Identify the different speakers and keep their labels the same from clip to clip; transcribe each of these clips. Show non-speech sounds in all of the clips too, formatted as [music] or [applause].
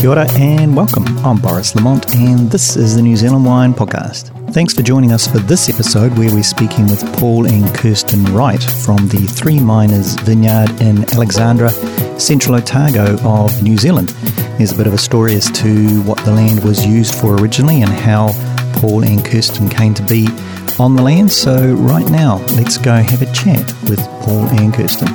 Speaker 1: Kia ora and welcome. I'm Boris Lamont, and this is the New Zealand Wine Podcast. Thanks for joining us for this episode where we're speaking with Paul and Kirsten Wright from the Three Miners Vineyard in Alexandra, central Otago of New Zealand. There's a bit of a story as to what the land was used for originally and how Paul and Kirsten came to be on the land. So, right now, let's go have a chat with Paul and Kirsten.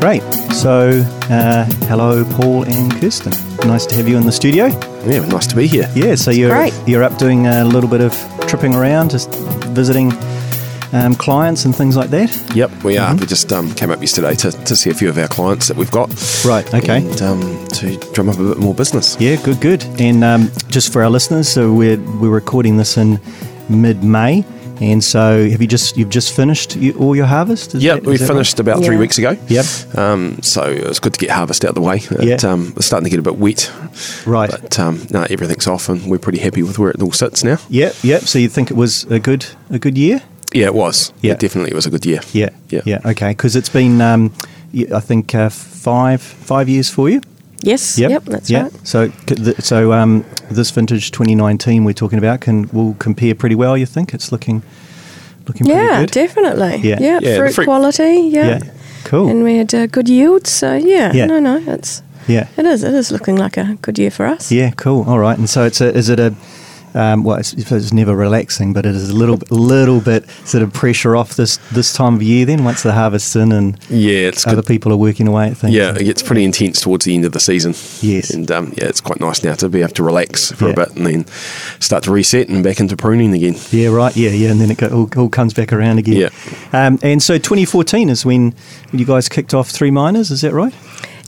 Speaker 1: Great. So, uh, hello, Paul and Kirsten. Nice to have you in the studio.
Speaker 2: Yeah, nice to be here.
Speaker 1: Yeah. So you're
Speaker 3: great.
Speaker 1: you're up doing a little bit of tripping around, just visiting um, clients and things like that.
Speaker 2: Yep, we
Speaker 1: Mm-hmm.
Speaker 2: are. We just um, came up yesterday to, to see a few of our clients that we've got.
Speaker 1: Right, okay.
Speaker 2: And um, to drum up a bit more business.
Speaker 1: Yeah. Good. Good. And um, just for our listeners, so we're we're recording this in mid May. And so, have you just you've just finished you, all your harvest? Is
Speaker 2: Yep,
Speaker 1: that-
Speaker 2: we
Speaker 1: is that right?
Speaker 2: finished about three
Speaker 3: Yeah.
Speaker 2: weeks ago.
Speaker 1: Yep.
Speaker 2: Um, so it's good to get harvest out of the way. It,
Speaker 1: Yeah.
Speaker 2: um, it's starting to get a bit wet.
Speaker 1: Right.
Speaker 2: But um, no, everything's off and we're pretty happy with where it all sits now.
Speaker 1: Yep. Yep. So you think it was a good a good year?
Speaker 2: Yeah, it was.
Speaker 1: Yeah.
Speaker 2: It definitely was a good year.
Speaker 1: Yeah.
Speaker 2: Yeah.
Speaker 1: Yeah. Okay. Because it's been, um, y- I think, uh, five five years for you.
Speaker 3: Yes. Yep. that's
Speaker 1: yeah.
Speaker 3: right.
Speaker 1: So, c- th- so um, this vintage 2019 we're talking about can will compare pretty well. You think it's looking looking
Speaker 3: Yeah,
Speaker 1: pretty good.
Speaker 3: definitely.
Speaker 1: Yeah.
Speaker 3: Yeah.
Speaker 2: Yeah, the
Speaker 3: fruit,
Speaker 2: fruit-
Speaker 3: quality. Yeah.
Speaker 1: Yeah. Cool.
Speaker 3: And we had uh, good yields. So yeah,
Speaker 1: Yeah.
Speaker 3: no, no, it's
Speaker 1: yeah.
Speaker 3: it is it is looking like a good year for us.
Speaker 1: Yeah. Cool. All right. And so it's a, is it a um, well, it's, it's never relaxing, but it is a little, little bit sort of pressure off this this time of year. Then once the harvest's in and
Speaker 2: Yeah, it's
Speaker 1: other
Speaker 2: good.
Speaker 1: people are working away at things.
Speaker 2: Yeah, it gets pretty intense towards the end of the season.
Speaker 1: Yes.
Speaker 2: And um, yeah, it's quite nice now to be able to relax for
Speaker 1: Yeah.
Speaker 2: a bit and then start to reset and back into pruning again.
Speaker 1: Yeah, right. Yeah, yeah. And then it go, all, all comes back around again.
Speaker 2: Yeah.
Speaker 1: Um, and so 2014 is when you guys kicked off Three Miners, is that right?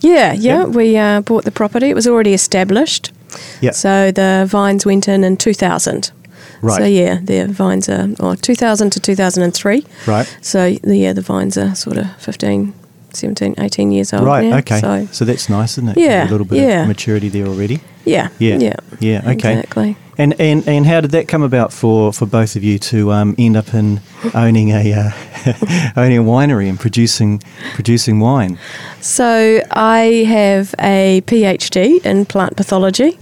Speaker 3: Yeah, yeah.
Speaker 1: Yeah.
Speaker 3: We uh, bought the property. It was already established.
Speaker 1: Yeah.
Speaker 3: So the vines went in in 2000.
Speaker 1: Right.
Speaker 3: So yeah, the vines are or 2000 to 2003.
Speaker 1: Right.
Speaker 3: So yeah, the vines are sort of 15, 17, 18 years old.
Speaker 1: right.
Speaker 3: now.
Speaker 1: okay. So,
Speaker 3: Um, So
Speaker 1: that's nice, isn't it? A
Speaker 3: Yeah,
Speaker 1: little bit
Speaker 3: yeah.
Speaker 1: of maturity there already.
Speaker 3: yeah.
Speaker 1: Yeah.
Speaker 3: Yeah.
Speaker 1: Yeah. Okay.
Speaker 3: Exactly.
Speaker 1: And, and and how did that come about for, for both of you to um, end up in owning a uh, [laughs] owning a winery and producing producing wine?
Speaker 3: So I have a PhD in plant pathology,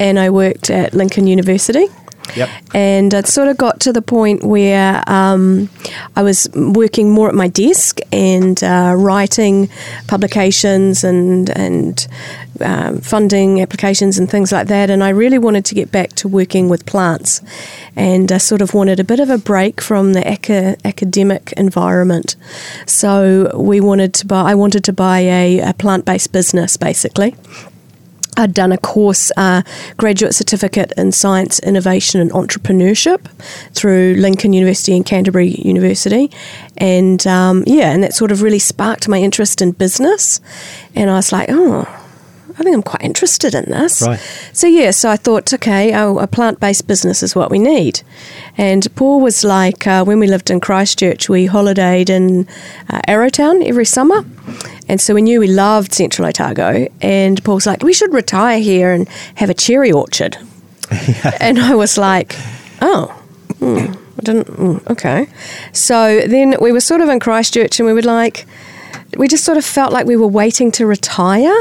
Speaker 3: and I worked at Lincoln University.
Speaker 1: Yep.
Speaker 3: And it sort of got to the point where um, I was working more at my desk and uh, writing publications and and um, funding applications and things like that. And I really wanted to get back to working with plants, and I sort of wanted a bit of a break from the aca- academic environment. So we wanted to buy. I wanted to buy a, a plant based business, basically. I'd done a course, uh, graduate certificate in science, innovation, and entrepreneurship through Lincoln University and Canterbury University, and um, yeah, and that sort of really sparked my interest in business, and I was like, oh, I think I'm quite interested in this.
Speaker 1: Right.
Speaker 3: So yeah, so I thought, okay, oh, a plant-based business is what we need. And Paul was like, uh, when we lived in Christchurch, we holidayed in uh, Arrowtown every summer, and so we knew we loved Central Otago. And Paul's like, we should retire here and have a cherry orchard. And I was like, oh. hmm, I didn't. mm, Okay. So then we were sort of in Christchurch and we were like, we just sort of felt like we were waiting to retire.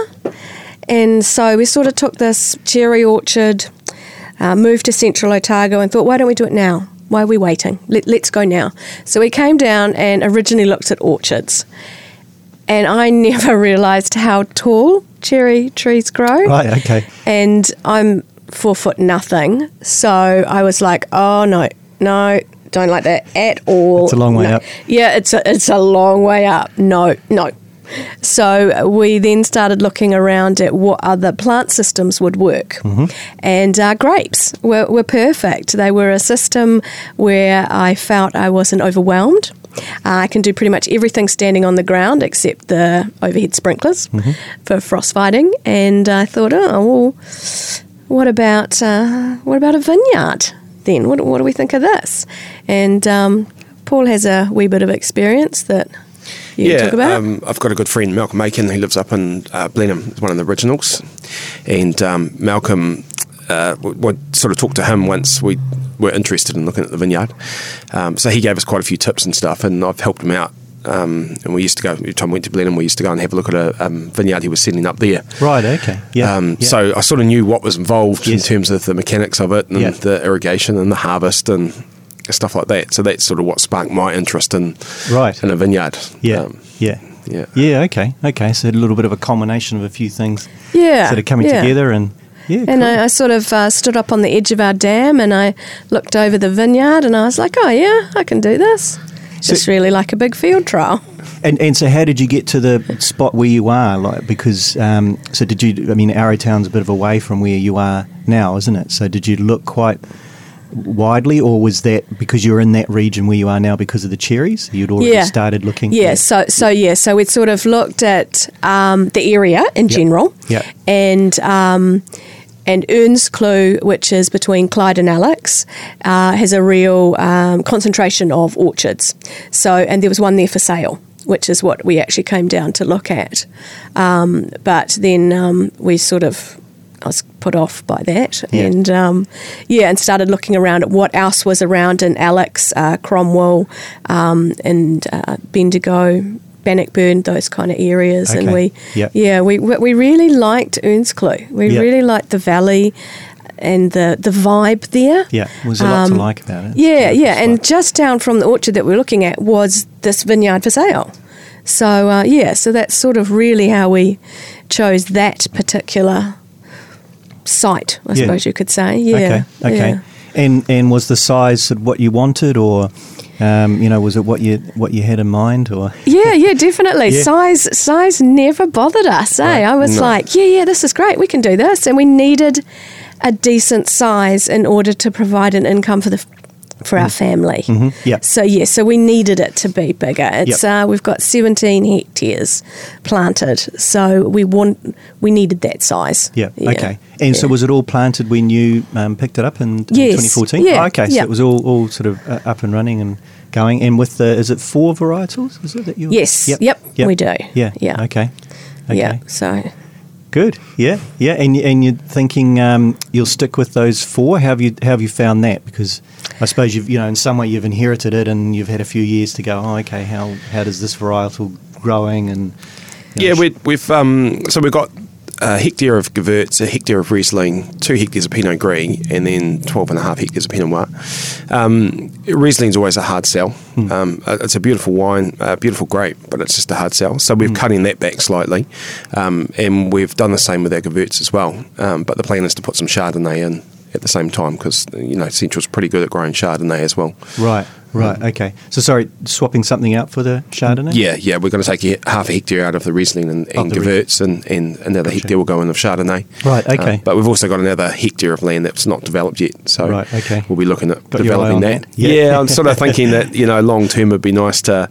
Speaker 3: And so we sort of took this cherry orchard, uh, moved to central Otago, and thought, why don't we do it now? Why are we waiting? Let, let's go now. So we came down and originally looked at orchards. And I [laughs] never realised how tall cherry trees grow
Speaker 1: Right. Okay.
Speaker 3: and I'm four foot nothing. So I was like, oh no, no, don't like that at all.
Speaker 1: It's a long way
Speaker 3: No.
Speaker 1: up.
Speaker 3: Yeah, it's a, it's a long way up. No, no. So we then started looking around at what other plant systems would work.
Speaker 1: Mm-hmm.
Speaker 3: And uh, grapes were, were perfect. They were a system where I felt I wasn't overwhelmed. Uh, I can do pretty much everything standing on the ground except the overhead sprinklers
Speaker 1: Mm-hmm.
Speaker 3: for frost fighting. And I thought, oh, well, what about uh, what about a vineyard then? What, what do we think of this? And um, Paul has a wee bit of experience that you can talk about.
Speaker 2: Um, I've got a good friend, Malcolm Aiken, who lives up in uh, Blenheim, one of the originals. And um, Malcolm, uh, we, we sort of talked to him once we were interested in looking at the vineyard. Um, so he gave us quite a few tips and stuff, and I've helped him out um, and we used to go. Tom went to Blenheim. We used to go and have a look at a um, vineyard he was setting up there.
Speaker 1: Right. Okay. Yeah.
Speaker 2: Um,
Speaker 1: yeah.
Speaker 2: So I sort of knew what was involved
Speaker 1: Yes.
Speaker 2: in terms of the mechanics of it and
Speaker 1: Yeah.
Speaker 2: the irrigation and the harvest and stuff like that. So that's sort of what sparked my interest in
Speaker 1: Right.
Speaker 2: in a vineyard.
Speaker 1: Yeah.
Speaker 2: Um,
Speaker 1: yeah.
Speaker 2: yeah.
Speaker 1: Yeah. Okay. Okay. So a little bit of a combination of a few things
Speaker 3: Yeah,
Speaker 1: that are coming
Speaker 3: yeah.
Speaker 1: together, and yeah.
Speaker 3: And
Speaker 1: cool.
Speaker 3: I, I sort of uh, stood up on the edge of our dam and I looked over the vineyard and I was like, oh, yeah, I can do this. Just really like a big field trial.
Speaker 1: And, and so, how did you get to the spot where you are? Like, because um, so did you? I mean, Arrowtown's a bit of a way from where you are now, isn't it? So, did you look quite widely, or was that because you're in that region where you are now because of the cherries? You'd already
Speaker 3: Yeah.
Speaker 1: started looking.
Speaker 3: Yeah, so so yeah, so we'd sort of looked at um, the area in general,
Speaker 1: Yep.
Speaker 3: and um, and Ern's Clue, which is between Clyde and Alex, uh, has a real um, concentration of orchards. So and there was one there for sale, which is what we actually came down to look at. Um, but then um, we sort of. I was put off by that,
Speaker 1: Yeah.
Speaker 3: and um, yeah, and started looking around at what else was around in Alex, uh, Cromwell, um, and uh, Bendigo, Bannockburn, those kind of areas. And
Speaker 1: Okay.
Speaker 3: we,
Speaker 1: Yep.
Speaker 3: yeah, we we we really liked Earnscleugh. We
Speaker 1: Yeah.
Speaker 3: really liked the valley and the the vibe there.
Speaker 1: Yeah, was a lot to
Speaker 3: Um,
Speaker 1: like about it.
Speaker 3: Yeah, yeah,
Speaker 1: It's
Speaker 3: and
Speaker 1: like-
Speaker 3: just down from the orchard that we we're looking at was this vineyard for sale. So uh, yeah, so that's sort of really how we chose that particular site, I
Speaker 1: Yeah.
Speaker 3: suppose you could say. Yeah.
Speaker 1: okay, okay.
Speaker 3: yeah.
Speaker 1: And and was the size of what you wanted, or um, you know, was it what you what you had in mind, or [laughs]
Speaker 3: Yeah, yeah, definitely.
Speaker 1: Yeah.
Speaker 3: Size size never bothered us, eh?
Speaker 1: Right.
Speaker 3: I was
Speaker 2: No.
Speaker 3: like, yeah, yeah, this is great. We can do this. And we needed a decent size in order to provide an income for the f- for
Speaker 1: Mm.
Speaker 3: our family.
Speaker 1: yeah,
Speaker 3: So yeah, so we needed it to be bigger. It's uh, we've got 17 hectares planted. So we want we needed that size.
Speaker 1: yeah, okay. And so, was it all planted when you um, picked it up in, in
Speaker 3: Yes,
Speaker 1: 2014?
Speaker 3: yeah,
Speaker 1: Oh, okay, so
Speaker 3: yeah.
Speaker 1: it was all, all sort of uh, up and running and going. And with the is it four varietals? Is it that you?
Speaker 3: Yes, yep, we do.
Speaker 1: Yeah,
Speaker 3: Yeah.
Speaker 1: Okay, okay,
Speaker 3: Yeah. So
Speaker 1: good. Yeah, yeah. And you- and you're thinking um, you'll stick with those four? How have you how have you found that? Because I suppose you've you know in some way you've inherited it and you've had a few years to go. Oh, okay. How how does this varietal growing and you
Speaker 2: Yeah,
Speaker 1: know,
Speaker 2: we, we've um, so we've got a hectare of Gewurz, a hectare of Riesling, two hectares of Pinot Gris, and then 12 and a half hectares of Pinot Noir. Um, Riesling's always a hard sell. Um, uh, it's a beautiful wine, a beautiful grape, but it's just a hard sell. So we've cutting that back slightly, um, and we've done the same with our Gewurz as well. Um, but the plan is to put some Chardonnay in at the same time because you know Central's pretty good at growing Chardonnay as well.
Speaker 1: Right, right, Mm. okay. So sorry, swapping something out for the Chardonnay.
Speaker 2: Yeah, yeah, we're going to take a, half a hectare out of the Riesling and, and
Speaker 1: the
Speaker 2: Gewurz, and, and another hectare will go in of Chardonnay.
Speaker 1: Right,
Speaker 2: Uh,
Speaker 1: okay.
Speaker 2: but we've also got another hectare of land that's not developed yet, so
Speaker 1: Right, okay.
Speaker 2: we'll be looking at
Speaker 1: Got your eye
Speaker 2: developing
Speaker 1: on
Speaker 2: that.
Speaker 1: that. Yeah.
Speaker 2: Yeah. I'm sort
Speaker 1: [laughs]
Speaker 2: of thinking that you know long term it'd be nice to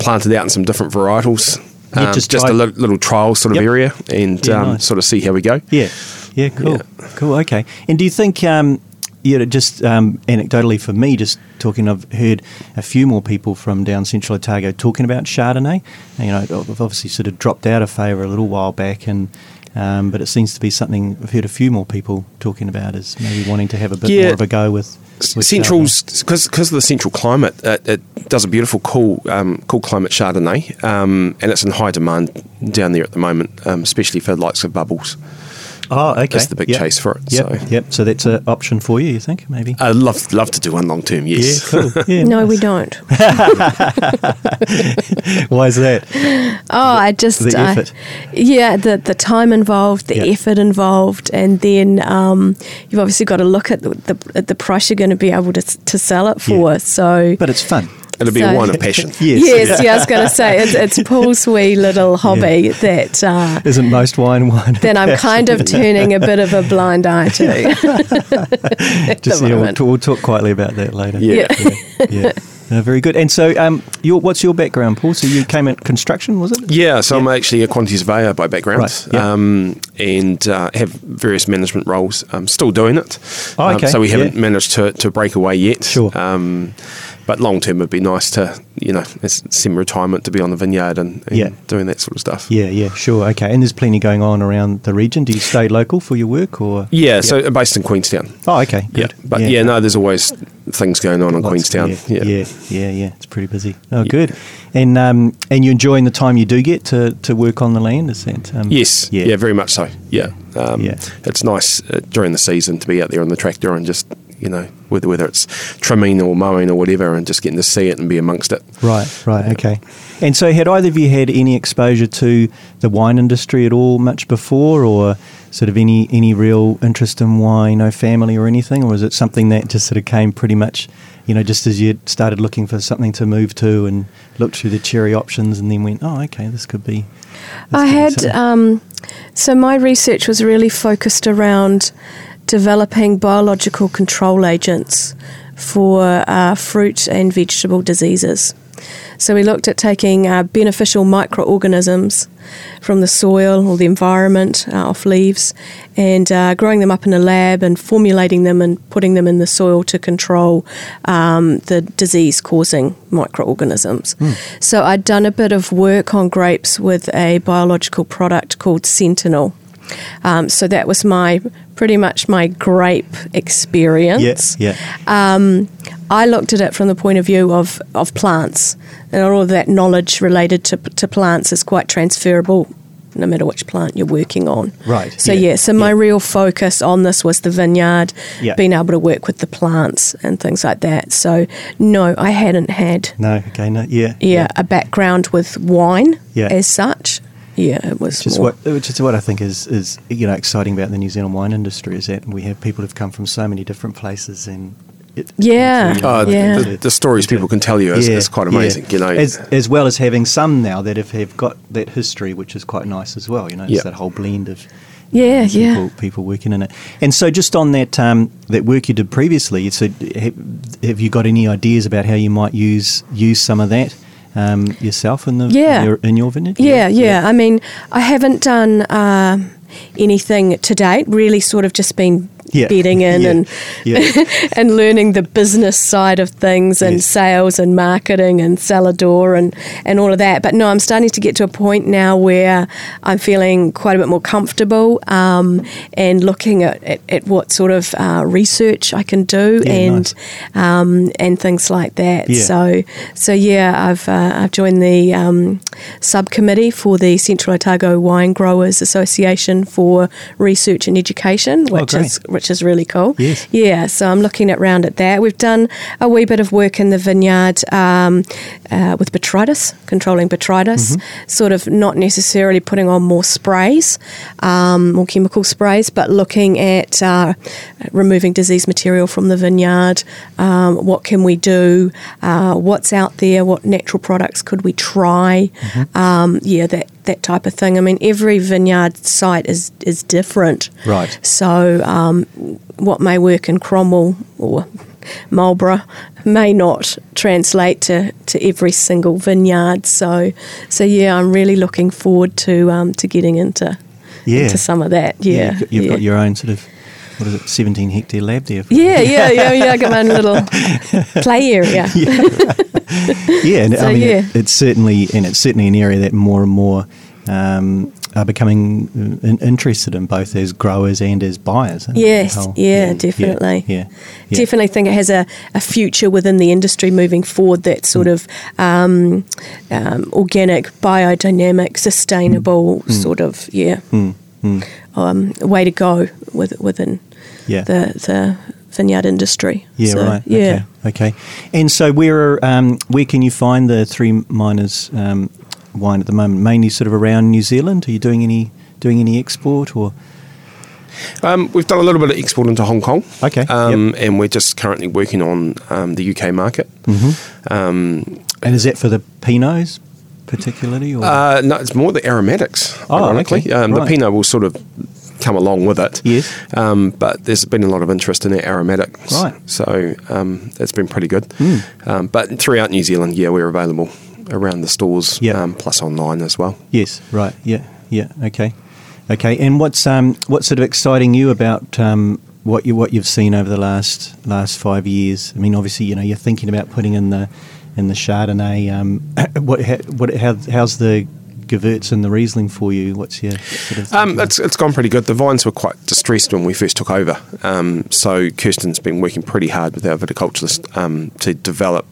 Speaker 2: plant it out in some different varietals. um,
Speaker 1: Yeah, just
Speaker 2: just
Speaker 1: try-
Speaker 2: a lit- little trial sort of
Speaker 1: Yep.
Speaker 2: area, and
Speaker 1: Yeah,
Speaker 2: um,
Speaker 1: nice.
Speaker 2: sort of see how we go.
Speaker 1: Yeah, yeah, cool, cool, okay. And do you think, um, you know, just um, anecdotally for me, just talking, I've heard a few more people from down central Otago talking about Chardonnay. You know, I've obviously sort of dropped out of favour a little while back, and um, but it seems to be something I've heard a few more people talking about is maybe wanting to have a bit
Speaker 2: Yeah.
Speaker 1: more of a go with. with
Speaker 2: Central's because because of the central climate, it, it does a beautiful cool um, cool climate Chardonnay, um, and it's in high demand down there at the moment, um, especially for the likes of bubbles.
Speaker 1: Chardonnay. Oh, okay.
Speaker 2: That's the big chase for it,
Speaker 1: Yep,
Speaker 2: so.
Speaker 1: yep. So that's an option for you, you think, maybe?
Speaker 2: I'd love love to do one long term.
Speaker 1: yeah,
Speaker 2: Yes,
Speaker 1: cool. Yeah,
Speaker 3: no,
Speaker 1: nice.
Speaker 3: we don't.
Speaker 2: Uh,
Speaker 1: Why is
Speaker 2: [laughs]
Speaker 1: that?
Speaker 3: Oh, I just
Speaker 1: the
Speaker 3: I-
Speaker 1: effort.
Speaker 3: yeah, the the time involved, the
Speaker 1: Yeah.
Speaker 3: effort involved, and then um, you've obviously got to look at the, the at the price you're going to be able to s- to sell it for.
Speaker 1: Yeah.
Speaker 3: So.
Speaker 1: But it's fun.
Speaker 2: [laughs] it'll be
Speaker 3: So-
Speaker 2: a wine of passion.
Speaker 1: Yes.
Speaker 3: Yes, yeah, I was going to
Speaker 1: [laughs]
Speaker 3: say it's, it's Paul's wee little hobby that uh,
Speaker 1: Isn't most wine wine? [laughs]
Speaker 3: then I'm kind of turning a bit of a blind eye to.
Speaker 1: Just,
Speaker 3: the
Speaker 1: yeah, we'll,
Speaker 3: moment.
Speaker 1: t- we'll talk quietly about that later.
Speaker 2: Yeah.
Speaker 1: yeah.
Speaker 2: [laughs]
Speaker 1: yeah. No, very good. And so, um, your, what's your background, Paul? So you came at construction, was it?
Speaker 2: Yeah, so I'm actually a quantity surveyor by background,
Speaker 1: Right, yeah.
Speaker 2: um, and uh, have various management roles. I'm still doing it,
Speaker 1: Oh,
Speaker 2: Um,
Speaker 1: okay,
Speaker 2: so we
Speaker 1: yeah.
Speaker 2: haven't managed to, to break away yet.
Speaker 1: Sure.
Speaker 2: Um, But long term, it'd be nice to, you know, it's sim retirement to be on the vineyard and, and
Speaker 1: Yeah.
Speaker 2: doing that sort of stuff.
Speaker 1: Yeah, yeah, sure. Okay. And there's plenty going on around the region. Do you stay local for your work or?
Speaker 2: Yeah, so uh, based in Queenstown.
Speaker 1: Oh, okay. Good.
Speaker 2: Yeah, but yeah. no, there's always things going on in
Speaker 1: Lots-
Speaker 2: Queenstown.
Speaker 1: Yeah,
Speaker 2: Yeah,
Speaker 1: yeah, yeah, yeah. It's pretty busy. Oh, good. And um, and you're enjoying the time you do get to, to work on the land, is that? Um,
Speaker 2: Yes, yeah. very much so. Yeah, um,
Speaker 1: Yeah.
Speaker 2: it's nice uh, during the season to be out there on the tractor and just you know whether whether it's trimming or mowing or whatever, and just getting to see it and be amongst it.
Speaker 1: Right, right, okay. And so, had either of you had any exposure to the wine industry at all much before, or sort of any any real interest in wine, no family or anything, or was it something that just sort of came pretty much, you know, just as you started looking for something to move to and looked through the cherry options and then went, oh, okay, this could be. this
Speaker 3: I
Speaker 1: could be
Speaker 3: had,
Speaker 1: something."
Speaker 3: um, so my research was really focused around developing biological control agents for uh, fruit and vegetable diseases. So we looked at taking uh, beneficial microorganisms from the soil or the environment uh, off leaves and uh, growing them up in a lab and formulating them and putting them in the soil to control um, the disease causing microorganisms.
Speaker 1: Hmm.
Speaker 3: So I'd done a bit of work on grapes with a biological product called Sentinel. Um, so that was my pretty much my grape experience.
Speaker 1: yeah, yeah,
Speaker 3: I looked at it from the point of view of, of plants, and all of that knowledge related to, to plants is quite transferable no matter which plant you're working on.
Speaker 1: Right,
Speaker 3: So,
Speaker 1: yeah,
Speaker 3: yeah, so my
Speaker 1: yeah.
Speaker 3: real focus on this was the vineyard,
Speaker 1: Yeah.
Speaker 3: being able to work with the plants and things like that. So, no, I hadn't had
Speaker 1: no, okay, no, yeah,
Speaker 3: yeah, a background with wine
Speaker 1: Yeah.
Speaker 3: as such. Yeah, it was
Speaker 1: Which is
Speaker 3: more-
Speaker 1: what, which is what I think is, is you know exciting about the New Zealand wine industry is that we have people who've come from so many different places and it,
Speaker 3: Yeah.
Speaker 1: into,
Speaker 2: Uh,
Speaker 3: Yeah.
Speaker 2: the, the stories people can tell you is,
Speaker 1: Yeah,
Speaker 2: is quite
Speaker 1: yeah.
Speaker 2: amazing. You know,
Speaker 1: as, as well as having some now that have, have got that history, which is quite nice as well. You know, it's
Speaker 2: Yeah.
Speaker 1: that whole blend of
Speaker 3: Yeah,
Speaker 1: people,
Speaker 3: yeah.
Speaker 1: people working in it. And so, just on that um, that work you did previously, so have, have you got any ideas about how you might use use some of that um, yourself in the
Speaker 3: Yeah.
Speaker 1: in, your, in your vineyard?
Speaker 3: Yeah, yeah. I mean, I haven't done um anything to date. Really, sort of just been
Speaker 1: Yeah.
Speaker 3: bedding in
Speaker 1: [laughs] Yeah.
Speaker 3: and [laughs]
Speaker 1: Yeah.
Speaker 3: and learning the business side of things and
Speaker 1: Yes.
Speaker 3: sales and marketing and Salador and and all of that. But no, I'm starting to get to a point now where I'm feeling quite a bit more comfortable um, and looking at, at, at what sort of uh, research I can do
Speaker 1: Yeah,
Speaker 3: and um, and things like that.
Speaker 1: Yeah.
Speaker 3: So so yeah, I've uh, I've joined the um, subcommittee for the Central Otago Wine Growers Association for research and education, which
Speaker 1: Oh, great.
Speaker 3: is which is really cool.
Speaker 1: Yes.
Speaker 3: Yeah, so I'm looking at round at that. We've done a wee bit of work in the vineyard um, uh, with botrytis, controlling botrytis, sort of not necessarily putting on more sprays, um, more chemical sprays, but looking at uh, removing disease material from the vineyard. Um, what can we do? Uh, what's out there? What natural products could we try? Um, yeah, that that type of thing. I mean, every vineyard site is is different.
Speaker 1: Right.
Speaker 3: So, um, what may work in Cromwell or Marlborough may not translate to, to every single vineyard. So, so yeah, I'm really looking forward to um, to getting into
Speaker 1: Yeah.
Speaker 3: into some of that. Yeah,
Speaker 1: you've got, you've
Speaker 3: yeah.
Speaker 1: got your own sort of what is it, seventeen hectare lab there. for-
Speaker 3: yeah, yeah, yeah, yeah. I got my own
Speaker 1: [laughs]
Speaker 3: little play area.
Speaker 1: yeah, and
Speaker 3: So,
Speaker 1: I mean,
Speaker 3: yeah.
Speaker 1: It, it's certainly and it's certainly an area that more and more um, are becoming uh, in- interested in, both as growers and as buyers. isn't it?
Speaker 3: Yes,
Speaker 1: The whole-
Speaker 3: yeah, definitely.
Speaker 1: Yeah, yeah.
Speaker 3: Definitely think it has a, a future within the industry moving forward that's
Speaker 1: Mm.
Speaker 3: sort of um, um, organic, biodynamic, sustainable
Speaker 1: Mm.
Speaker 3: sort of, yeah, Um, way to go with, within
Speaker 1: Yeah.
Speaker 3: the, the vineyard industry.
Speaker 1: Yeah,
Speaker 3: So,
Speaker 1: right.
Speaker 3: Yeah.
Speaker 1: Okay. okay. And so, where are, um, where can you find the three miners um, wine at the moment? Mainly sort of around New Zealand. Are you doing any doing any export or?
Speaker 2: Um, we've done a little bit of export into Hong Kong.
Speaker 1: Okay,
Speaker 2: Um, And we're just currently working on um, the UK market. Um,
Speaker 1: And is that for the pinots particularly? Or?
Speaker 2: Uh, no, it's more the aromatics,
Speaker 1: Oh,
Speaker 2: ironically.
Speaker 1: okay,
Speaker 2: Um,
Speaker 1: right.
Speaker 2: The Pinot will sort of come along with it.
Speaker 1: Yes.
Speaker 2: Um, but there's been a lot of interest in our aromatics.
Speaker 1: Right. Mm.
Speaker 2: So um, that's been pretty good. Um, but throughout New Zealand, yeah, we're available around the stores,
Speaker 1: Yeah.
Speaker 2: um, plus online as well.
Speaker 1: Yes, right. Yeah, yeah. Okay, okay. And what's um, what's sort of exciting you about um, what you what you've seen over the last last five years? I mean, obviously, you know, you're thinking about putting in the in the Chardonnay. Um, [coughs] what how, what how, how's the Gewurz and the Riesling for you? What's your sort of
Speaker 2: Um, it's, it's gone pretty good. The vines were quite distressed when we first took over. Um, so Kirsten's been working pretty hard with our viticulturist um, to develop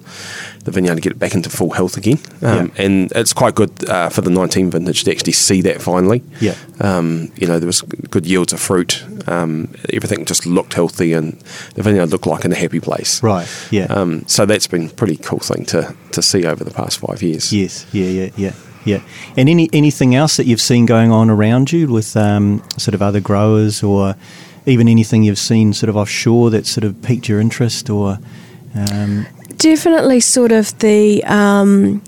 Speaker 2: the vineyard to get it back into full health again. Um,
Speaker 1: Yeah.
Speaker 2: And it's quite good uh, for the 19 vintage to actually see that finally.
Speaker 1: Yeah.
Speaker 2: Um, you know, there was good yields of fruit. Um, everything just looked healthy and the vineyard looked like in a happy place.
Speaker 1: right? Yeah.
Speaker 2: Um, so that's been a pretty cool thing to, to see over the past five years.
Speaker 1: Yes, yeah, yeah, yeah, yeah. And any anything else that you've seen going on around you with um, sort of other growers, or even anything you've seen sort of offshore that sort of piqued your interest, or um,
Speaker 3: Definitely, sort of the um,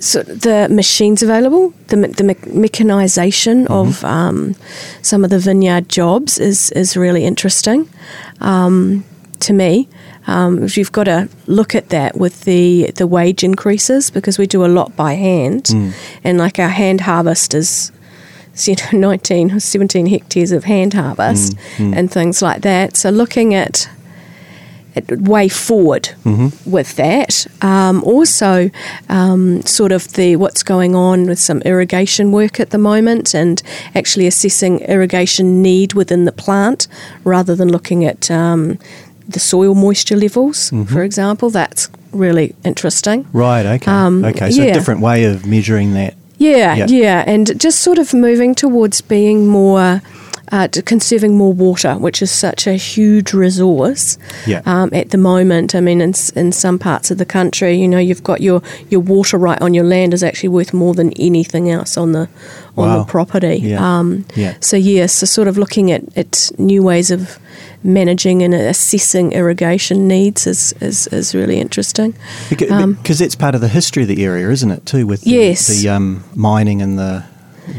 Speaker 3: sort of the machines available, the me- the mech- mechanization of um, some of the vineyard jobs is is really interesting um, to me. Um, you've got to look at that with the the wage increases because we do a lot by hand, and like our hand harvest is [laughs] you know, 19 or 17 hectares of hand harvest and things like that. So looking at at way forward with that. Um, also, um, sort of the what's going on with some irrigation work at the moment, and actually assessing irrigation need within the plant rather than looking at um, the soil moisture levels, for example. That's really interesting.
Speaker 1: right? Okay,
Speaker 3: Um,
Speaker 1: okay. So a
Speaker 3: yeah.
Speaker 1: different way of measuring that.
Speaker 3: Yeah,
Speaker 1: Yeah.
Speaker 3: yeah, and just sort of moving towards being more, uh, to conserving more water, which is such a huge resource.
Speaker 1: Yeah.
Speaker 3: Um, at the moment, I mean, in, s- in some parts of the country, you know, you've got your your water right on your land is actually worth more than anything else on the on
Speaker 1: Wow.
Speaker 3: the property.
Speaker 1: Yeah.
Speaker 3: Um,
Speaker 1: Yeah.
Speaker 3: So yeah, so sort of looking at, at new ways of managing and assessing irrigation needs is is, is really interesting.
Speaker 1: Because
Speaker 3: Um,
Speaker 1: that's part of the history of the area, isn't it? Too with the,
Speaker 3: Yes.
Speaker 1: the um, mining and the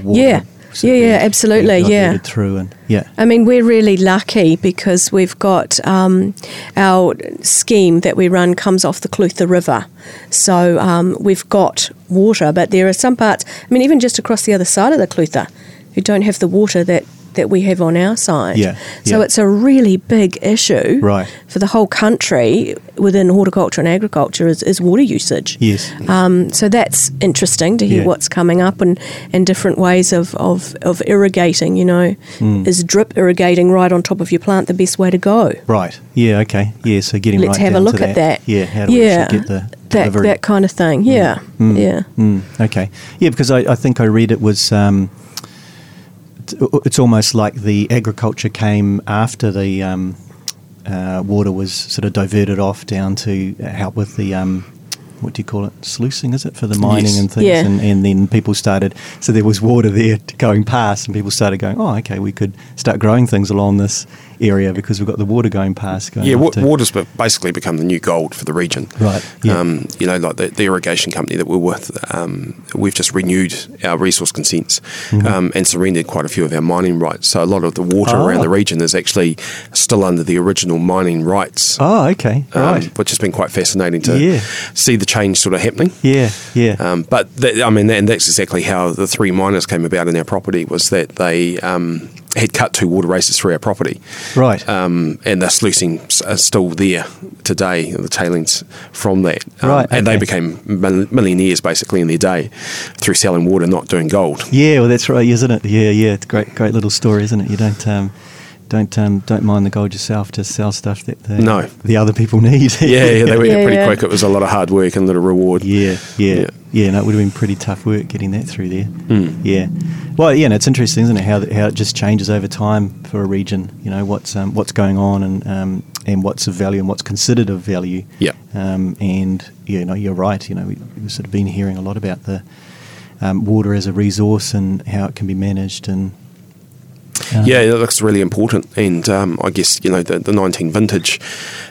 Speaker 1: water
Speaker 3: Yeah.
Speaker 1: sort
Speaker 3: Yeah,
Speaker 1: of
Speaker 3: yeah,
Speaker 1: being
Speaker 3: absolutely, yeah.
Speaker 1: diverted through and yeah,
Speaker 3: I mean, we're really lucky because we've got um, our scheme that we run comes off the Clutha River. So um, we've got water, but there are some parts, I mean, even just across the other side of the Clutha, who don't have the water that, that we have on our side.
Speaker 1: Yeah,
Speaker 3: So
Speaker 1: yeah.
Speaker 3: it's a really big issue
Speaker 1: Right.
Speaker 3: for the whole country within horticulture and agriculture is, is water usage.
Speaker 1: yes,
Speaker 3: Um, so that's interesting to hear
Speaker 1: Yeah.
Speaker 3: what's coming up and, and different ways of, of, of irrigating. You know, is drip irrigating right on top of your plant the best way to go?
Speaker 1: Hmm. right, yeah, okay, yeah. So getting
Speaker 3: Let's
Speaker 1: right
Speaker 3: have a
Speaker 1: down to
Speaker 3: look at that.
Speaker 1: Yeah, how do
Speaker 3: yeah,
Speaker 1: we actually get the
Speaker 3: that,
Speaker 1: delivery?
Speaker 3: that kind of thing. Yeah, yeah.
Speaker 1: Mm, okay. Yeah, because I, I think I read it was. Um, t- it's almost like the agriculture came after the um, uh, water was sort of diverted off down to help with the. Um, what do you call it? Sluicing, is it for the mining
Speaker 2: Yes.
Speaker 1: and things?
Speaker 3: Yeah.
Speaker 1: And, and then people started. So there was water there t- going past, and people started going, "Oh, okay, we could start growing things along this area because we've got the water going past." Going
Speaker 2: Yeah,
Speaker 1: up
Speaker 2: wa-
Speaker 1: to-
Speaker 2: water's be- basically become the new gold for the region.
Speaker 1: Right, yeah.
Speaker 2: Um, you know, like the, the irrigation company that we're with, um, we've just renewed our resource consents
Speaker 1: Mm-hmm.
Speaker 2: um, and surrendered quite a few of our mining rights. So a lot of the water
Speaker 1: Ah.
Speaker 2: around the region is actually still under the original mining rights.
Speaker 1: Oh, okay,
Speaker 2: um,
Speaker 1: right.
Speaker 2: which has been quite fascinating to
Speaker 1: Yeah.
Speaker 2: see the change sort of happening.
Speaker 1: yeah, yeah.
Speaker 2: Um, but that, I mean, and that's exactly how the three miners came about in our property was that they um, had cut two water races through our property,
Speaker 1: Right.
Speaker 2: Um, and the sluicing s- are still there today, the tailings from that. Um,
Speaker 1: Right,
Speaker 2: And they
Speaker 1: okay.
Speaker 2: became mil- millionaires basically in their day through selling water, not doing gold.
Speaker 1: Yeah, well, that's right, isn't it? Yeah, yeah, it's a great, great little story, isn't it? You don't, um, don't, um, don't mind the gold yourself. Just sell stuff that the,
Speaker 2: No.
Speaker 1: the other people need.
Speaker 2: [laughs] Yeah,
Speaker 1: [laughs]
Speaker 2: yeah, they were
Speaker 3: Yeah,
Speaker 2: pretty
Speaker 3: yeah.
Speaker 2: quick. It was a lot of hard work and a little reward.
Speaker 1: yeah, yeah,
Speaker 2: Yeah.
Speaker 1: yeah, No, it would have been pretty tough work getting that through there. Yeah, well, yeah, and it's interesting, isn't it? How how it just changes over time for a region. You know what's um, what's going on and um, and what's of value and what's considered of value.
Speaker 2: Yeah.
Speaker 1: Um, and you know, you're right. You know, we, we've sort of been hearing a lot about the um, water as a resource and how it can be managed and
Speaker 2: Yeah, it looks really important. And um, I guess, you know, the, the 19 vintage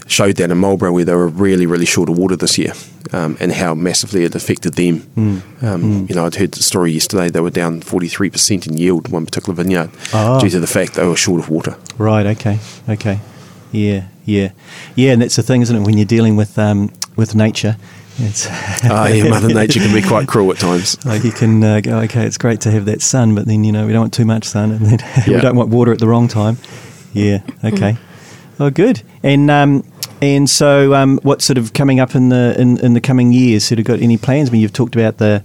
Speaker 2: showed that in Marlborough where they were really, really short of water this year um, and how massively it affected them. Um, You know, I'd heard the story yesterday, they were down 43% in yield, one particular vineyard,
Speaker 1: Ah.
Speaker 2: due to the fact they were short of water.
Speaker 1: Right. Okay. Okay. Yeah. Yeah. Yeah. And that's the thing, isn't it? When you're dealing with um, with nature, it's
Speaker 2: Ah, yeah, [laughs] Mother Nature can be quite cruel at times.
Speaker 1: like you can uh, go, okay, it's great to have that sun, [laughs] but then you know we don't want too much sun, and then
Speaker 2: Yeah.
Speaker 1: we don't want water at the wrong time. Yeah. Okay. Oh, good. And um, and so, um, what's sort of coming up in the in, in the coming years? Sort of got any plans? I mean, you've talked about the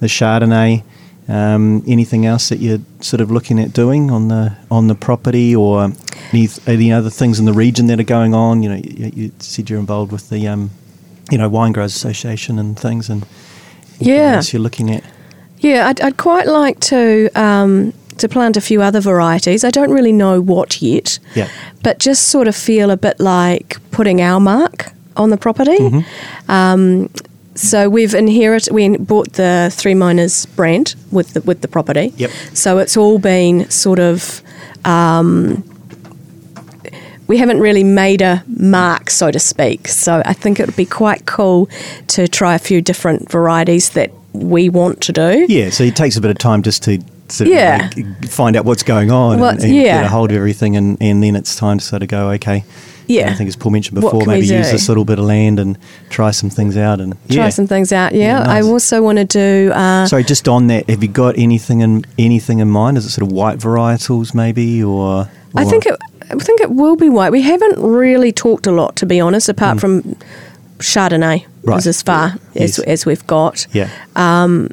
Speaker 1: the Chardonnay. Um, anything else that you're sort of looking at doing on the on the property, or any, any other things in the region that are going on? You know, you, you said you're involved with the um, you know Wine Growers Association and things, and anything
Speaker 3: Yeah.
Speaker 1: else you're looking at.
Speaker 3: Yeah, I'd, I'd quite like to um, to plant a few other varieties. I don't really know what yet,
Speaker 1: Yeah.
Speaker 3: but just sort of feel a bit like putting our mark on the property.
Speaker 1: Mm-hmm.
Speaker 3: Um, so we've inherited, we bought the Three Miners brand with the, with the property.
Speaker 1: Yep.
Speaker 3: So it's all been sort of. Um, we haven't really made a mark, so to speak. So I think it would be quite cool to try a few different varieties that we want to do.
Speaker 1: Yeah, so it takes a bit of time just to sort of,
Speaker 3: Yeah.
Speaker 1: like, find out what's going on
Speaker 3: What-
Speaker 1: and, and
Speaker 3: yeah.
Speaker 1: get a hold of everything, and, and then it's time to sort of go, okay.
Speaker 3: Yeah.
Speaker 1: I think as Paul mentioned
Speaker 3: What
Speaker 1: before,
Speaker 3: can we
Speaker 1: maybe use
Speaker 3: do?
Speaker 1: this little bit of land and try some things out and
Speaker 3: try
Speaker 1: yeah.
Speaker 3: some things out.
Speaker 1: Yeah,
Speaker 3: Yeah,
Speaker 1: nice.
Speaker 3: I also want to do. Uh,
Speaker 1: Sorry, just on that, have you got anything in anything in mind? Is it sort of white varietals maybe, or,
Speaker 3: I
Speaker 1: or-
Speaker 3: think it. I think it will be white. We haven't really talked a lot, to be honest, apart from Chardonnay.
Speaker 1: Hmm. Right.
Speaker 3: Is as far
Speaker 1: Yes.
Speaker 3: as, as we've got.
Speaker 1: yeah,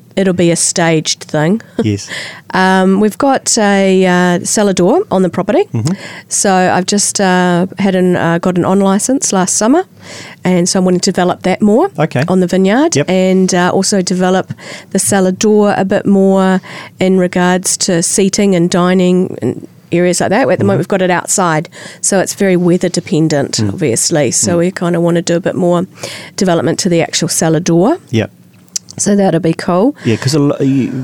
Speaker 3: [laughs] It'll be a staged thing.
Speaker 1: yes,
Speaker 3: Um, we've got a uh, cellar door on the property,
Speaker 1: Mm-hmm.
Speaker 3: so I've just uh, had an uh, got an on license last summer, and so I'm wanting to develop that more.
Speaker 1: Okay.
Speaker 3: On the vineyard,
Speaker 1: Yep.
Speaker 3: and uh, also develop the cellar door a bit more in regards to seating and dining and areas like that. At the
Speaker 1: Mm-hmm.
Speaker 3: moment, we've got it outside, so it's very weather dependent,
Speaker 1: Mm.
Speaker 3: obviously. So we kind of want to do a bit more development to the actual cellar door,
Speaker 1: yeah.
Speaker 3: so that'll be cool.
Speaker 1: Yeah, because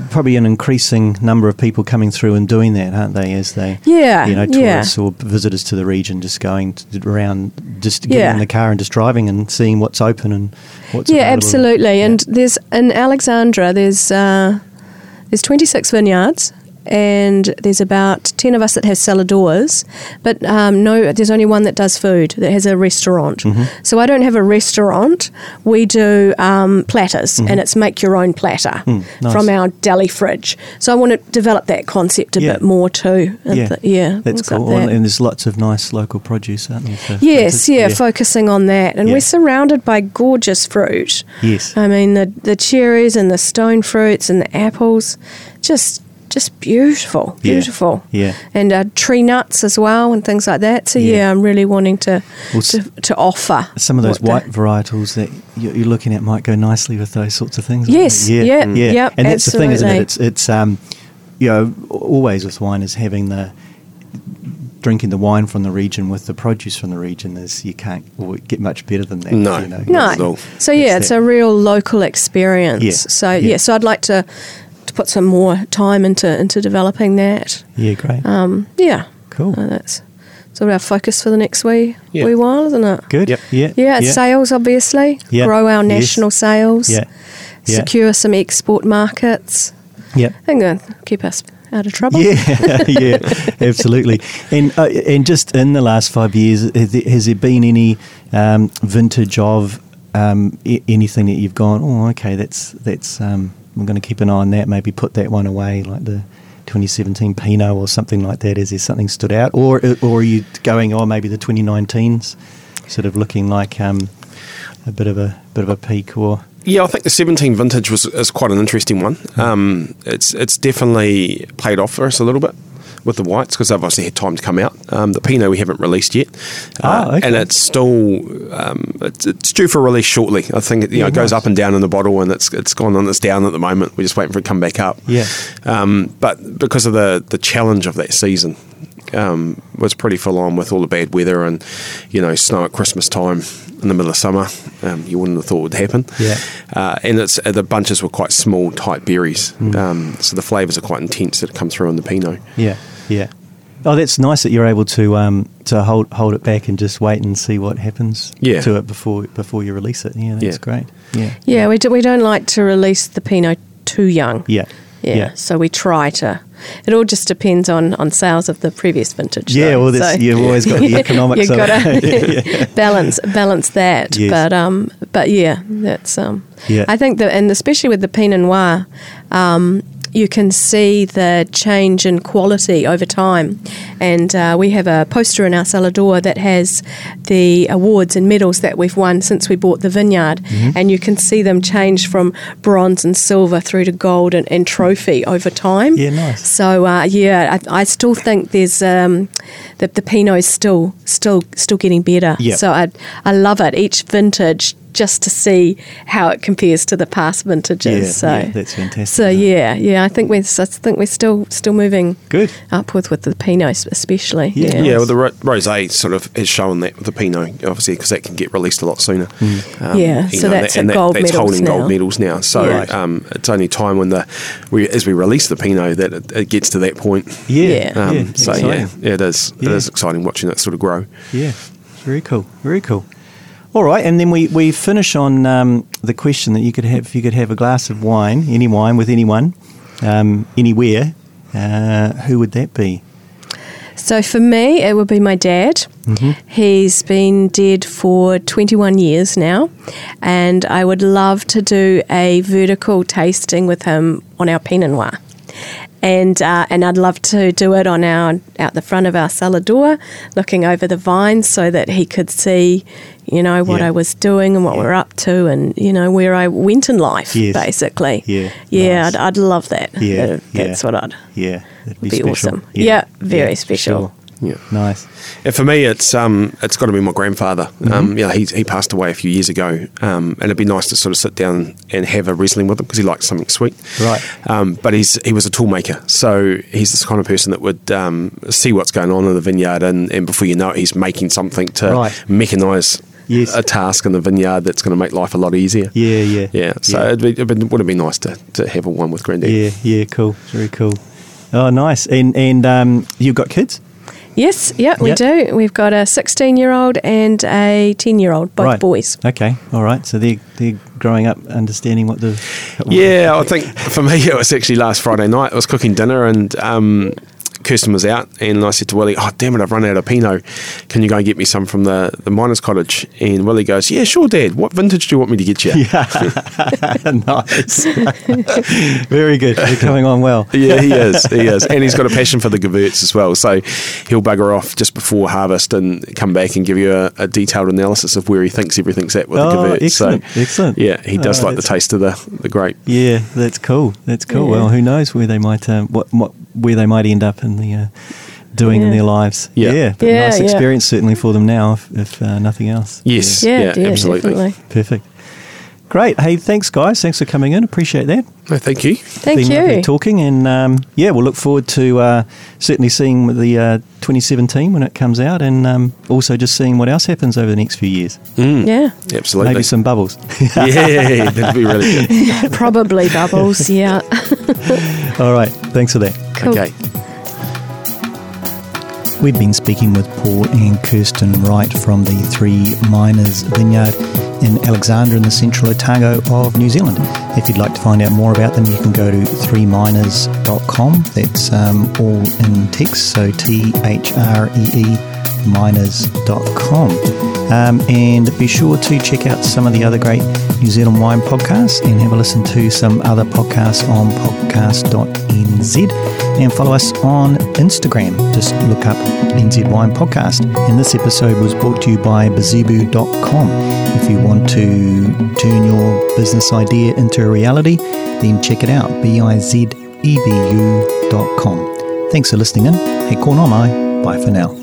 Speaker 1: probably an increasing number of people coming through and doing that, aren't they? As they,
Speaker 3: Yeah,
Speaker 1: you know,
Speaker 3: yeah.
Speaker 1: tourists or visitors to the region, just going t around, just getting
Speaker 3: Yeah.
Speaker 1: in the car and just driving and seeing what's open and what's
Speaker 3: yeah,
Speaker 1: available.
Speaker 3: absolutely. And there's in Alexandra, there's uh, there's 26 vineyards, and there's about 10 of us that have cellar doors, but um, no, there's only one that does food that has a restaurant.
Speaker 1: Mm-hmm.
Speaker 3: So I don't have a restaurant. We do um, platters, and it's make your own platter
Speaker 1: Mm-hmm. Hmm, nice.
Speaker 3: from our deli fridge. So I want to develop that concept a
Speaker 1: Yeah.
Speaker 3: bit more too. and
Speaker 1: yeah,
Speaker 3: th- yeah,
Speaker 1: that's
Speaker 3: things like
Speaker 1: cool.
Speaker 3: that.
Speaker 1: And there's lots of nice local produce, aren't there? for-
Speaker 3: Yes,
Speaker 1: for-
Speaker 3: yeah, focusing on that. And
Speaker 1: Yeah.
Speaker 3: we're surrounded by gorgeous fruit.
Speaker 1: Yes.
Speaker 3: I mean the the cherries and the stone fruits and the apples, just just beautiful,
Speaker 1: Yeah,
Speaker 3: beautiful.
Speaker 1: yeah.
Speaker 3: And uh, tree nuts as well and things like that. So
Speaker 1: Yeah.
Speaker 3: yeah, I'm really wanting to
Speaker 1: Well, s-
Speaker 3: to, to offer
Speaker 1: Some of those
Speaker 3: what
Speaker 1: white
Speaker 3: the-
Speaker 1: varietals that you- you're looking at might go nicely with those sorts of things.
Speaker 3: Yes,
Speaker 1: aren't they?
Speaker 3: yeah, yeah,
Speaker 1: and that's the thing, isn't it?
Speaker 3: absolutely.
Speaker 1: It's it's um, you know, always with wine is having the drinking the wine from the region with the produce from the region is you can't or get much better than that.
Speaker 2: No.
Speaker 1: you know.
Speaker 2: No. Not at
Speaker 3: no.
Speaker 2: all.
Speaker 3: So yeah,
Speaker 1: It's
Speaker 3: it's
Speaker 1: that-
Speaker 3: a real local experience.
Speaker 1: Yeah,
Speaker 3: So
Speaker 1: yeah.
Speaker 3: yeah. so I'd like to to put some more time into into developing that.
Speaker 1: yeah, great,
Speaker 3: Um, yeah.
Speaker 1: cool,
Speaker 3: So that's sort of our focus for the next wee
Speaker 2: Yeah.
Speaker 3: wee while, isn't it?
Speaker 1: good.
Speaker 2: Yep.
Speaker 1: Yeah,
Speaker 3: Yeah, it's sales obviously.
Speaker 1: Yeah.
Speaker 3: Grow our
Speaker 1: Yes.
Speaker 3: national sales.
Speaker 1: Yeah, yeah,
Speaker 3: Secure some export markets.
Speaker 1: yeah.
Speaker 3: I think that'll keep us out of trouble.
Speaker 1: Yeah, [laughs] yeah, absolutely. And uh, and just in the last five years, has there, has there been any um, vintage of um, I- anything that you've gone? Oh, okay, that's that's. Um, I'm going to keep an eye on that. Maybe put that one away, like the 2017 Pinot or something like that. Is there something stood out, or uh, or are you going? Oh, maybe the 2019s, sort of looking like um, a bit of a bit of a peak or.
Speaker 2: Yeah, I think the 17 vintage was is quite an interesting one. Um, it's it's definitely played off for us a little bit with the whites because they've obviously had time to come out. Um, the Pinot we haven't released yet, Uh,
Speaker 1: Ah, okay.
Speaker 2: and it's still um, it's, it's due for release shortly. I think it, you know, it goes
Speaker 1: nice.
Speaker 2: up and down in the bottle, and it's it's gone and it's down at the moment. We're just waiting for it to come back up.
Speaker 1: Yeah.
Speaker 2: um, but because of the the challenge of that season. Um, was pretty full on with all the bad weather and you know snow at Christmas time in the middle of summer. Um, you wouldn't have thought would happen.
Speaker 1: Yeah.
Speaker 2: Uh, and it's uh, the bunches were quite small, tight berries. Um, so the flavours are quite intense that come through on the Pinot.
Speaker 1: Yeah, yeah. Oh, that's nice that you're able to um, to hold hold it back and just wait and see what happens
Speaker 2: Yeah.
Speaker 1: to it before before you release it. Yeah, that's
Speaker 2: Yeah.
Speaker 1: great. Yeah,
Speaker 3: Yeah, we, do, we don't like to release the Pinot too young.
Speaker 1: yeah,
Speaker 3: Yeah, so we try to. It all just depends on, on sales of the previous vintage.
Speaker 1: Yeah,
Speaker 3: though,
Speaker 1: well, that's,
Speaker 3: so-
Speaker 1: you've always got
Speaker 3: [laughs]
Speaker 1: the economics
Speaker 3: You've
Speaker 1: of
Speaker 3: got
Speaker 1: it. [laughs]
Speaker 3: [laughs] to balance balance that.
Speaker 1: Yes.
Speaker 3: But um, but yeah, that's um.
Speaker 1: Yeah.
Speaker 3: I think that, and especially with the Pinot Noir, um, you can see the change in quality over time. And uh, we have a poster in our cellar door that has the awards and medals that we've won since we bought the vineyard.
Speaker 1: Mm-hmm.
Speaker 3: And you can see them change from bronze and silver through to gold and, and trophy over time.
Speaker 1: Yeah, nice.
Speaker 3: So uh, yeah, I, I still think there's um, the, the Pinot's still still still getting better.
Speaker 1: Yeah.
Speaker 3: So I I love it each vintage just to see how it compares to the past vintages.
Speaker 1: Yeah,
Speaker 3: so
Speaker 1: yeah, that's fantastic,
Speaker 3: So
Speaker 1: isn't it?
Speaker 3: yeah, yeah, I think we're I think we're still still moving
Speaker 1: Good.
Speaker 3: upwards with the Pinot especially.
Speaker 1: Yeah,
Speaker 3: Yeah.
Speaker 2: Yeah,
Speaker 1: Nice.
Speaker 2: well, the ro- rosé sort of has shown that with the Pinot, obviously, because that can get released a lot sooner. Um,
Speaker 3: Yeah,
Speaker 2: you
Speaker 3: so that's
Speaker 2: and
Speaker 3: at gold
Speaker 2: that's
Speaker 3: medals
Speaker 2: holding
Speaker 3: now.
Speaker 2: gold medals now. So
Speaker 1: Yeah.
Speaker 2: um, it's only time when the we as we release the Pinot that it, it gets to that point.
Speaker 1: Yeah.
Speaker 3: Yeah.
Speaker 2: Um,
Speaker 1: yeah,
Speaker 2: so yeah,
Speaker 1: exciting.
Speaker 2: yeah, it is.
Speaker 1: Yeah.
Speaker 2: It is exciting watching it sort of grow.
Speaker 1: Yeah, very cool. Very cool. All right, and then we, we finish on um, the question that you could have if you could have a glass of wine, any wine with anyone, um, anywhere. Uh, who would that be?
Speaker 3: So for me, it would be my dad.
Speaker 1: Mm-hmm.
Speaker 3: He's been dead for 21 years now, and I would love to do a vertical tasting with him on our Pinot Noir. And, uh, and I'd love to do it on our out the front of our cellar door, looking over the vines, so that he could see, you know, what
Speaker 1: Yeah.
Speaker 3: I was doing and what we're up to, and you know where I went in life,
Speaker 1: Yes.
Speaker 3: basically.
Speaker 1: Yeah,
Speaker 3: yeah,
Speaker 1: nice.
Speaker 3: I'd, I'd love that.
Speaker 1: Yeah,
Speaker 3: Uh,
Speaker 1: yeah.
Speaker 3: that's what I'd
Speaker 1: Yeah, that'd
Speaker 3: Be
Speaker 1: special.
Speaker 3: awesome. Yeah, very
Speaker 1: for
Speaker 3: special.
Speaker 2: Yeah.
Speaker 1: Nice.
Speaker 2: And for me, it's um, it's got to be my grandfather.
Speaker 1: Mm-hmm.
Speaker 2: Um, yeah, he, he passed away a few years ago, um, and it'd be nice to sort of sit down and have a wrestling with him because he likes something sweet.
Speaker 1: Right.
Speaker 2: Um, but he's he was a tool maker, so he's this kind of person that would um, see what's going on in the vineyard, and, and before you know it, he's making something to
Speaker 1: Right.
Speaker 2: mechanise
Speaker 1: Yes.
Speaker 2: a task in the vineyard that's going to make life a lot easier.
Speaker 1: Yeah, yeah,
Speaker 2: Yeah. So
Speaker 1: yeah.
Speaker 2: It'd be, it'd be, would it be nice to, to have a one with Granddad?
Speaker 1: Yeah, yeah, cool. Very cool. Oh, nice. And and um, you've got kids?
Speaker 3: Yes, yeah, we
Speaker 1: Yep.
Speaker 3: do. We've got a 16 year old and a 10 year old, both
Speaker 1: right.
Speaker 3: boys.
Speaker 1: Okay, all right. So they're, they're growing up understanding what the. [laughs]
Speaker 2: Yeah, I think for me [laughs] it was actually last Friday night. I was cooking dinner and um, Kirsten was out, and I said to Willie, "Oh damn it, I've run out of Pinot. Can you go and get me some from the the miners' cottage?" And Willie goes, "Yeah, sure, Dad. What vintage do you want me to get you?"
Speaker 1: nice. [laughs] very good. You're coming on well.
Speaker 2: [laughs] yeah, he is.
Speaker 1: [laughs]
Speaker 2: He is, and he's got a passion for the Gewurz as well. So he'll bugger off just before harvest and come back and give you a, a detailed analysis of where he thinks everything's at with
Speaker 1: Oh,
Speaker 2: the Gewurz.
Speaker 1: excellent,
Speaker 2: So
Speaker 1: excellent.
Speaker 2: Yeah, he does
Speaker 1: Oh,
Speaker 2: like the
Speaker 1: that's-
Speaker 2: taste of the the grape.
Speaker 1: Yeah, that's cool. That's cool.
Speaker 3: Yeah.
Speaker 1: Well, who knows where they might um, what, what where they might end up in the uh, doing in
Speaker 3: Yeah.
Speaker 1: their lives.
Speaker 2: Yeah.
Speaker 1: but
Speaker 3: Yeah,
Speaker 1: nice
Speaker 3: yeah.
Speaker 1: experience certainly for them now, if, if uh, nothing else.
Speaker 2: Yes,
Speaker 3: Yeah,
Speaker 2: yeah,
Speaker 3: yeah,
Speaker 2: absolutely.
Speaker 3: definitely.
Speaker 1: Yeah. perfect. Great. Hey, thanks, guys. Thanks for coming in. Appreciate that.
Speaker 2: No, thank you.
Speaker 3: Thank
Speaker 1: been lovely
Speaker 3: you.
Speaker 1: talking, and um, yeah, we'll look forward to uh, certainly seeing the uh, 2017 when it comes out, and um, also just seeing what else happens over the next few years.
Speaker 3: Yeah,
Speaker 2: Absolutely.
Speaker 1: Maybe some bubbles.
Speaker 2: [laughs]
Speaker 1: [laughs]
Speaker 2: yeah, that'd be really good.
Speaker 3: probably bubbles. Yeah.
Speaker 1: All right, thanks for that.
Speaker 3: Cool.
Speaker 2: Okay.
Speaker 1: We've been speaking with Paul and Kirsten Wright from the Three Miners Vineyard in Alexandra in the central Otago of New Zealand. If you'd like to find out more about them, you can go to threeminers.com. That's um, all in text, so T H R E E miners.com. Um, and be sure to check out some of the other great New Zealand wine podcasts and have a listen to some other podcasts on podcast.nz. And follow us on Instagram. Just look up NZ Wine Podcast. And this episode was brought to you by bazibu.com. If you want to turn your business idea into a reality, then check it out B I Z E B U.com. Thanks for listening in. Hey, Kornō mai. Bye for now.